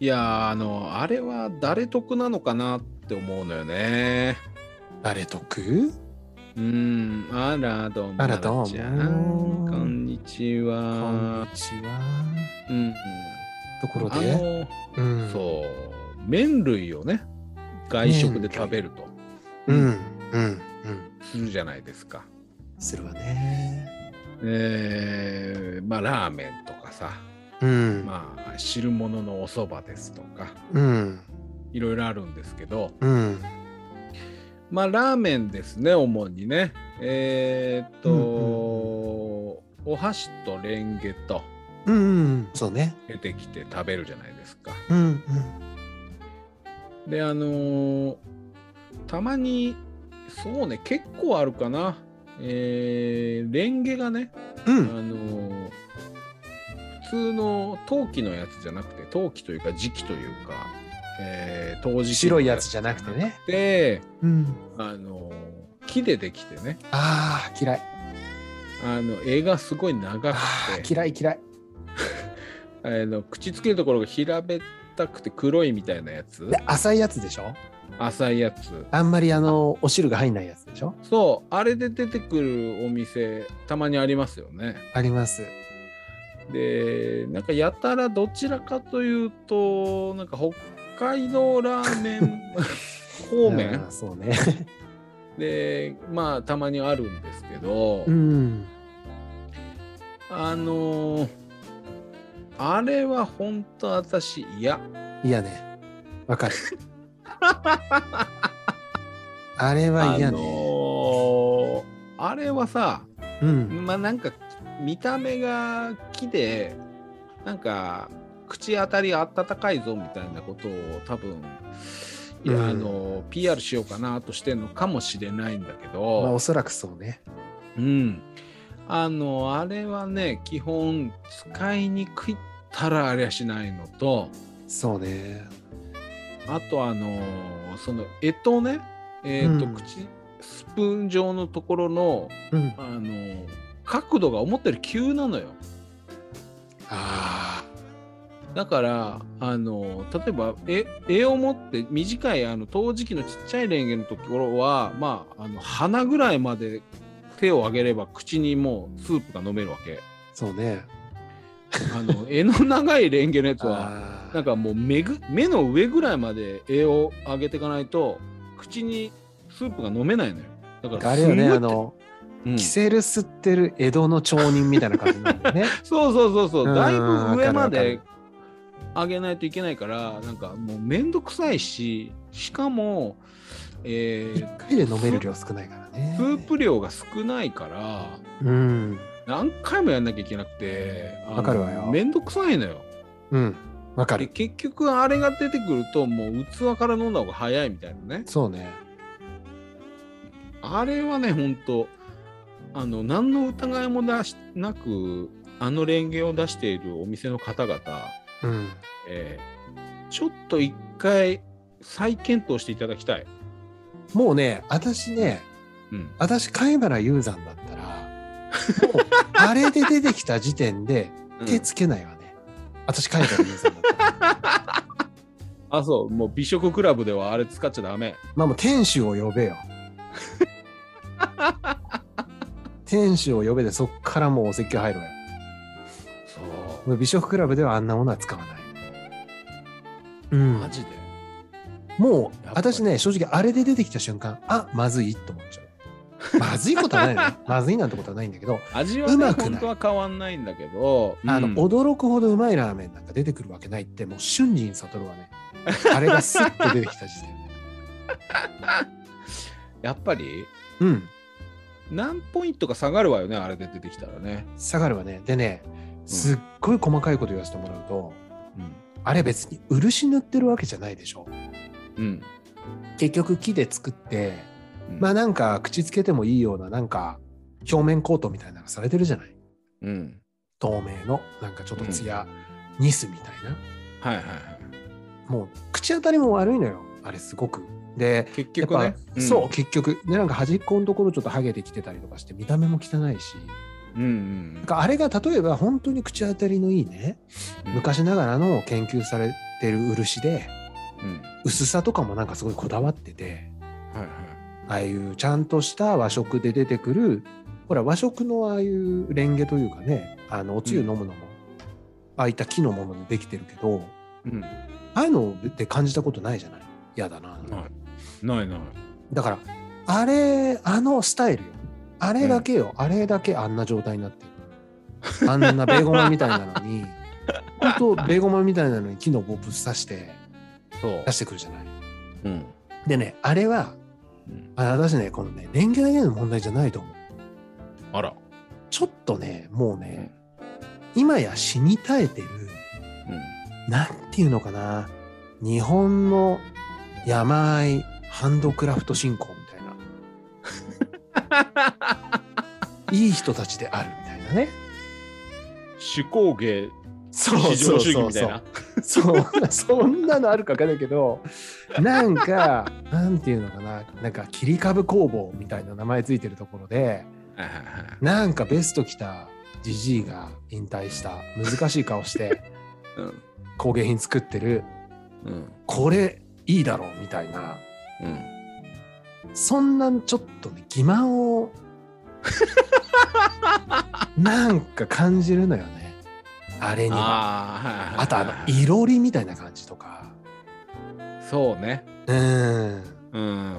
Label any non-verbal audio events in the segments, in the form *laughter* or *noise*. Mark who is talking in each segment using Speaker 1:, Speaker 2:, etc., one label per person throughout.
Speaker 1: いやーあのあれは誰得なのかなって思うのよね
Speaker 2: 誰得
Speaker 1: うーんあらどうも
Speaker 2: あらどうも
Speaker 1: 奈々ちゃんこんにち
Speaker 2: こんに
Speaker 1: は
Speaker 2: ちは。
Speaker 1: うん
Speaker 2: ところ
Speaker 1: あ
Speaker 2: で、
Speaker 1: の
Speaker 2: うん、
Speaker 1: そう麺類をね外食で食べると
Speaker 2: う、ん、うん、うん、
Speaker 1: するじゃないですか
Speaker 2: するわね。
Speaker 1: えー、まあラーメンとかさ
Speaker 2: うん、
Speaker 1: まあ汁物のおそばですとか
Speaker 2: うん、
Speaker 1: いろいろあるんですけど
Speaker 2: うん、
Speaker 1: まあラーメンですね主にねえーっと、
Speaker 2: うん
Speaker 1: お箸とレンゲと
Speaker 2: うん、そうね。
Speaker 1: 出てきて食べるじゃないですか
Speaker 2: うん、
Speaker 1: であのーたまにそうね結構あるかなえーレンゲがね
Speaker 2: うん、う
Speaker 1: あ
Speaker 2: ん、
Speaker 1: のー普通の陶器のやつじゃなくて陶器というか磁器というか、えー、陶磁器
Speaker 2: 白いやつじゃなくてね。
Speaker 1: で、
Speaker 2: うん、
Speaker 1: あのー木でできてね
Speaker 2: ああ、嫌い。
Speaker 1: あの絵がすごい長くて
Speaker 2: ああ、嫌い、嫌い。
Speaker 1: あの口つけるところが平べったくて黒いみたいなやつ
Speaker 2: で、浅いやつでしょ
Speaker 1: 浅いやつ
Speaker 2: あんまりあの、お汁が入んないやつでしょ
Speaker 1: そうあれで出てくるお店たまにありますよね
Speaker 2: あります。
Speaker 1: でなんかやたらどちらかというとなんか北海道ラーメ
Speaker 2: *laughs*
Speaker 1: ン方面
Speaker 2: あーそうね。
Speaker 1: でまあたまにあるんですけど、
Speaker 2: うん、
Speaker 1: あのーあれは本当私嫌
Speaker 2: 嫌ね。わ *laughs* かる。あれは嫌
Speaker 1: あの
Speaker 2: ね。
Speaker 1: ーあれはさ
Speaker 2: うん。
Speaker 1: まあなんか見た目が木でなんか口当たりあったかいぞみたいなことを多分いや、
Speaker 2: うん
Speaker 1: あの PR しようかなとしてんのかもしれないんだけ
Speaker 2: まあ、
Speaker 1: ど、
Speaker 2: おそらくそうね。
Speaker 1: うんあのあれはね基本使いにくいったらありゃしないのと
Speaker 2: そうね。
Speaker 1: あとあのそのえとねえーと、
Speaker 2: うん
Speaker 1: 口スプーン状のところの
Speaker 2: うん。
Speaker 1: あの角度が思ったより急なのよ。
Speaker 2: あ
Speaker 1: だからあの例えばえ絵を持って短いあの陶磁器のちっちゃいレンゲのところは、まあ、あの鼻ぐらいまで手を上げれば口にもうスープが飲めるわけ
Speaker 2: あ、そうね。
Speaker 1: あ
Speaker 2: *laughs*
Speaker 1: の絵の長いレンゲのやつは
Speaker 2: あー
Speaker 1: なんかもう目ぐ目の上ぐらいまで絵を上げていかないと口にスープが飲めないのよだから
Speaker 2: あれよね、
Speaker 1: すごい
Speaker 2: あの、
Speaker 1: うん
Speaker 2: キセル吸ってる江戸の町人みたいな感じなん
Speaker 1: *laughs*
Speaker 2: だよね。
Speaker 1: そうそうそうそう
Speaker 2: うん
Speaker 1: だいぶ上ま
Speaker 2: わか
Speaker 1: で
Speaker 2: る
Speaker 1: 上げないといけないからなんかもうめんどくさいししかも、え
Speaker 2: 一
Speaker 1: ー
Speaker 2: 回で飲める量少ないからね。
Speaker 1: スープ量が少ないから
Speaker 2: うん。
Speaker 1: 何回もやんなきゃいけなくてあの
Speaker 2: わかるわよ
Speaker 1: めんどくさいのよ
Speaker 2: うん。わか
Speaker 1: で
Speaker 2: る。
Speaker 1: 結局あれが出てくるともう器から飲んだ方が早いみたいなね
Speaker 2: そうね。
Speaker 1: あれはねほんとあの何の疑いも出しなくあのレンゲを出しているお店の方々
Speaker 2: うん。
Speaker 1: えーちょっと一回再検討していただきたい。
Speaker 2: もうね、私ね、
Speaker 1: うん、
Speaker 2: 私、貝原雄山だったら、もう、あれで出てきた時
Speaker 1: *laughs*
Speaker 2: 点で手つけないわね。私、貝原雄山だったら。
Speaker 1: あ、そう、もう美食クラブではあれ使っちゃダメ。
Speaker 2: まあもう店主を呼べよ。店主を呼べでそっからもうお説教入るわよ。
Speaker 1: そう。
Speaker 2: もう美食クラブではあんなものは使わない。うん
Speaker 1: マ、ジで。
Speaker 2: もう
Speaker 1: やっぱり
Speaker 2: 私ね正直あれで出てきた瞬間あまずいと思っちゃう。まずいことはないのよまずいなんてことはないんだけど、
Speaker 1: 味は
Speaker 2: う
Speaker 1: ね、
Speaker 2: まくない
Speaker 1: 本当は変わんないんだけど、
Speaker 2: あの
Speaker 1: うん
Speaker 2: 驚くほどうまいラーメンなんか出てくるわけないってもう瞬時に悟るわね。あれがスッと出てきた時点で。
Speaker 1: やっぱり
Speaker 2: うん
Speaker 1: 何ポイントか下がるわよね、あれで出てきたらね。
Speaker 2: 下がるわね。でねすっごい細かいこと言わせてもらうと、あれ別に漆塗ってるわけじゃないでしょ。
Speaker 1: うん。
Speaker 2: 結局木で作って
Speaker 1: うん。
Speaker 2: まあなんか口つけてもいいようななんか表面コートみたいなのされてるじゃない
Speaker 1: うん。
Speaker 2: 透明のなんかちょっとツヤニスみたい
Speaker 1: は
Speaker 2: な、
Speaker 1: いはいはい。
Speaker 2: もう口当たりも悪いのよあれすごくで
Speaker 1: 結
Speaker 2: やっ
Speaker 1: 局
Speaker 2: ぱ、
Speaker 1: ね。ん
Speaker 2: そう結局でなんか端っこのところちょっとハゲてきてたりとかして見た目も汚いし
Speaker 1: うんうん
Speaker 2: なんかあれが例えば本当に口当たりのいいね昔ながらの研究されてる漆で
Speaker 1: うん
Speaker 2: 薄さとかもなんかすごいこだわってて
Speaker 1: はいはい
Speaker 2: ああいうちゃんとした和食で出てくるほら和食のああいうレンゲというかねあのおつゆ飲むのも、ああいった木のものでできてるけど
Speaker 1: うん
Speaker 2: ああいうのって感じたことないじゃない嫌だな、
Speaker 1: ないないない
Speaker 2: だからあれあのスタイルよあれだけよ、あれだけあんな状態になってるあんなベーゴマみたいなの *laughs* に本当ベーゴマみたいなのに木の棒ぶっ刺して
Speaker 1: そう
Speaker 2: 出してくるじゃない
Speaker 1: うん
Speaker 2: でねあれは
Speaker 1: うん
Speaker 2: あ私ねこのねレンゲだけの問題じゃないと思う
Speaker 1: あら
Speaker 2: ちょっとねもうね今や死に絶えてるなんていうのかな日本の山あいハンドクラフト振興みたいな
Speaker 1: *laughs*
Speaker 2: いい人たちであるみたいなね
Speaker 1: 手工芸
Speaker 2: そ
Speaker 1: 至上主義みたいな
Speaker 2: そうそんなのあるかわかんないけどなんかなんていうのかななんか切り株工房みたいな名前ついてるところで
Speaker 1: はいはいはい
Speaker 2: なんかベスト着たじじいが引退した難しい顔して
Speaker 1: *laughs* うん
Speaker 2: 工芸品作ってる
Speaker 1: うん
Speaker 2: これいいだろうみたいな
Speaker 1: うん
Speaker 2: そんなちょっとね欺瞞を
Speaker 1: *laughs*
Speaker 2: なんか感じるのよねあれには
Speaker 1: あーはいはいはい
Speaker 2: あとあのいろりみたいな感じとか
Speaker 1: そうね
Speaker 2: うん
Speaker 1: うん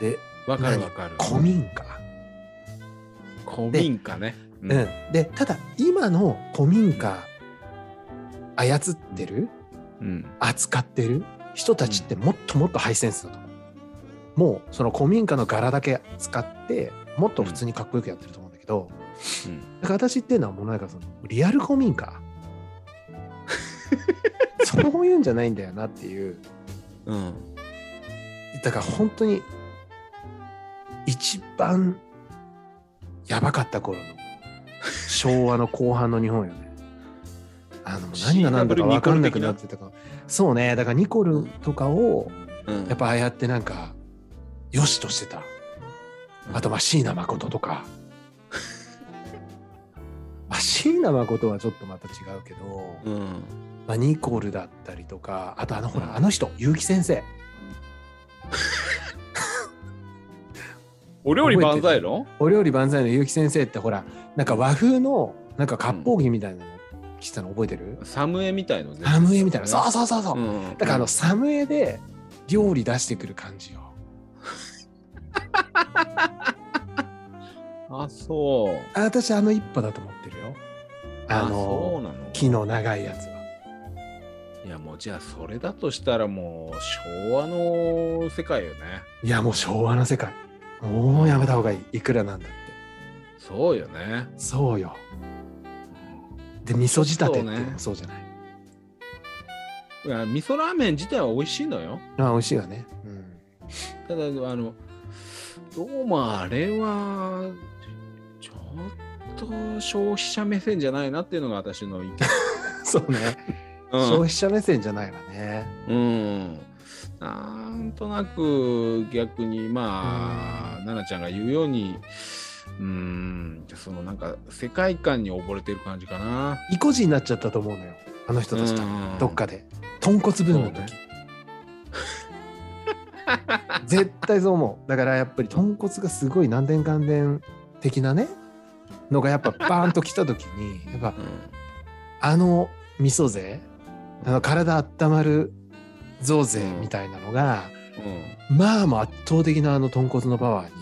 Speaker 2: で
Speaker 1: わかるわかる
Speaker 2: 古民家、
Speaker 1: 古民家ねう
Speaker 2: うんでただ今の古民家操ってる
Speaker 1: うん
Speaker 2: 扱ってる人たちってもっともっとハイセンスだと思うもうその古民家の柄だけ使ってもっと普通にかっこよくやってると思うんだけど、
Speaker 1: うん
Speaker 2: だから私っていうのはもうなんかそのリアル古民家そういうんじゃないんだよなっていう
Speaker 1: うん
Speaker 2: だから本当に一番やばかった頃の昭和の後半の日本よね。あのもう何が何だか分かんなくなってたからそうねだからニコルとかを
Speaker 1: うん
Speaker 2: やっぱああやってなんかよしとしてたあとまあ椎名誠と *laughs* かまあ椎名誠はちょっとまた違うけど、
Speaker 1: うん
Speaker 2: まあ、ニコルだったりとかあとあのほ
Speaker 1: うん
Speaker 2: らあの人結城先生
Speaker 1: お料理万歳の
Speaker 2: お料理万歳の結城先生ってほらなんか和風のなんか割烹着みたいなの着てたの覚えてる、
Speaker 1: サムエみたいのね
Speaker 2: サムエみたいなそうそうそうそう、
Speaker 1: うん
Speaker 2: だからあのサムエで料理出してくる感じよ
Speaker 1: あそう
Speaker 2: あ私あの一派だと思ってるよあ
Speaker 1: そ
Speaker 2: の
Speaker 1: うなの
Speaker 2: 木の長いやつはい
Speaker 1: やもうじゃあそれだとしたらもう昭和の世界よね
Speaker 2: いやもう昭和の世界もうやめた方がいいいくらなんだって
Speaker 1: そうよね
Speaker 2: そうよで味噌仕立てってい
Speaker 1: そ
Speaker 2: う
Speaker 1: う
Speaker 2: の
Speaker 1: ね
Speaker 2: もそうじゃない、
Speaker 1: いや味噌ラーメン自体は美味しいのよ
Speaker 2: あ美味しいわねうん
Speaker 1: ただあのどうもあれはちょっと消費者目線じゃないなっていうのが私の意見、
Speaker 2: そうね、消費者目線じゃないわね。
Speaker 1: うん、なんとなく逆にまあ奈々ちゃんが言うようにうんそのなんか世界観に溺れてる感じかな
Speaker 2: 意固地になっちゃったと思うのよ、あの人たちが、
Speaker 1: うん
Speaker 2: どっかで。豚骨ブームの
Speaker 1: そうね
Speaker 2: 時。 *laughs* 絶対そう思う。だからやっぱり豚骨がすごい何年関連的なね、のがやっぱバーンと来た時に、やっぱ
Speaker 1: う
Speaker 2: あの味噌税、あの体温まる増税みたいなのが、
Speaker 1: んうん
Speaker 2: まあまあ圧倒的なあの豚骨のパワーに、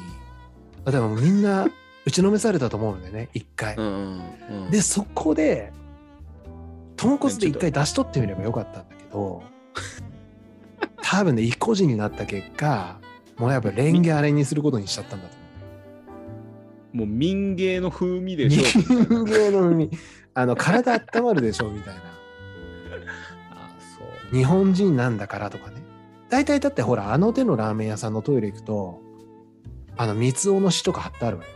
Speaker 2: 例えばもうみんな打ちのめされたと思うんだよね、一回。
Speaker 1: うんうん
Speaker 2: でそこで豚骨で一回出し取ってみればよかったんだけど多分ね意固地になった結果もうやっぱレンゲあれにすることにしちゃったんだと
Speaker 1: もう民芸の風味でしょ
Speaker 2: 思う人間の海あの体温まるでしょみたいな
Speaker 1: あそう
Speaker 2: 日本人なんだからとかね大体だってほらあの手のラーメン屋さんのトイレ行くとあの三つ男の詩とか貼ってあるわ
Speaker 1: *laughs*
Speaker 2: よ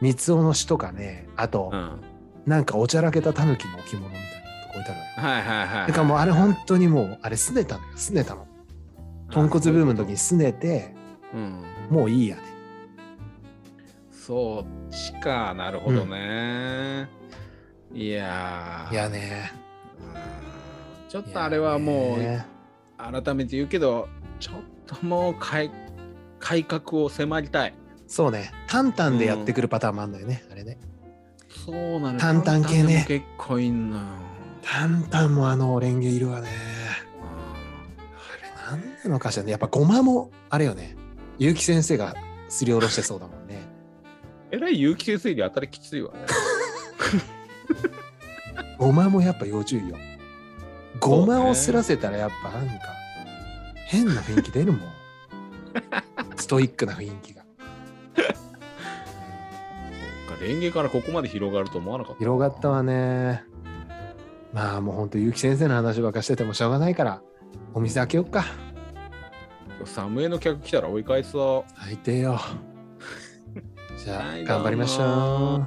Speaker 2: 三つ男の詩とかねあと、
Speaker 1: うんはい
Speaker 2: なんかおちゃらけたタヌキの置物みたいなとこ置いてあるわよ。
Speaker 1: はいはい
Speaker 2: てかもうあれ本当にもうあれ拗ねたのよ拗ねたの。豚骨ブームの時に拗ねて
Speaker 1: うん
Speaker 2: もういいやで。
Speaker 1: そっちかなるほどね、いやー
Speaker 2: いやね
Speaker 1: うんちょっとあれはも
Speaker 2: いや
Speaker 1: う
Speaker 2: ね
Speaker 1: 改めて言うけどちょっともう改改革を迫りたい
Speaker 2: そうね淡々でやってくるパターンもあんだよね、あれね
Speaker 1: そうなの
Speaker 2: 淡々系ね
Speaker 1: 結構いんのよ
Speaker 2: 淡々もあのレンゲいるわねあれなんなのかしらねやっぱごまもあれよね結城先生がすりおろしてそうだもんね
Speaker 1: えらい有機性推理当たりきついわね
Speaker 2: ごまもやっぱ要注意よごまをすらせたらやっぱなんか変な雰囲気出るも
Speaker 1: *laughs*
Speaker 2: んストイックな雰囲気が
Speaker 1: そっかレンゲからここまで広がると思わなかった
Speaker 2: 広がったわねまあもうほんと結城先生の話ばっかしててもしょうがないからお店開けよっか
Speaker 1: サムエの客来たら追い返すわ *laughs*
Speaker 2: 最低よじゃ
Speaker 1: は
Speaker 2: あ
Speaker 1: い
Speaker 2: 頑張りまし
Speaker 1: どう
Speaker 2: ょ
Speaker 1: も
Speaker 2: う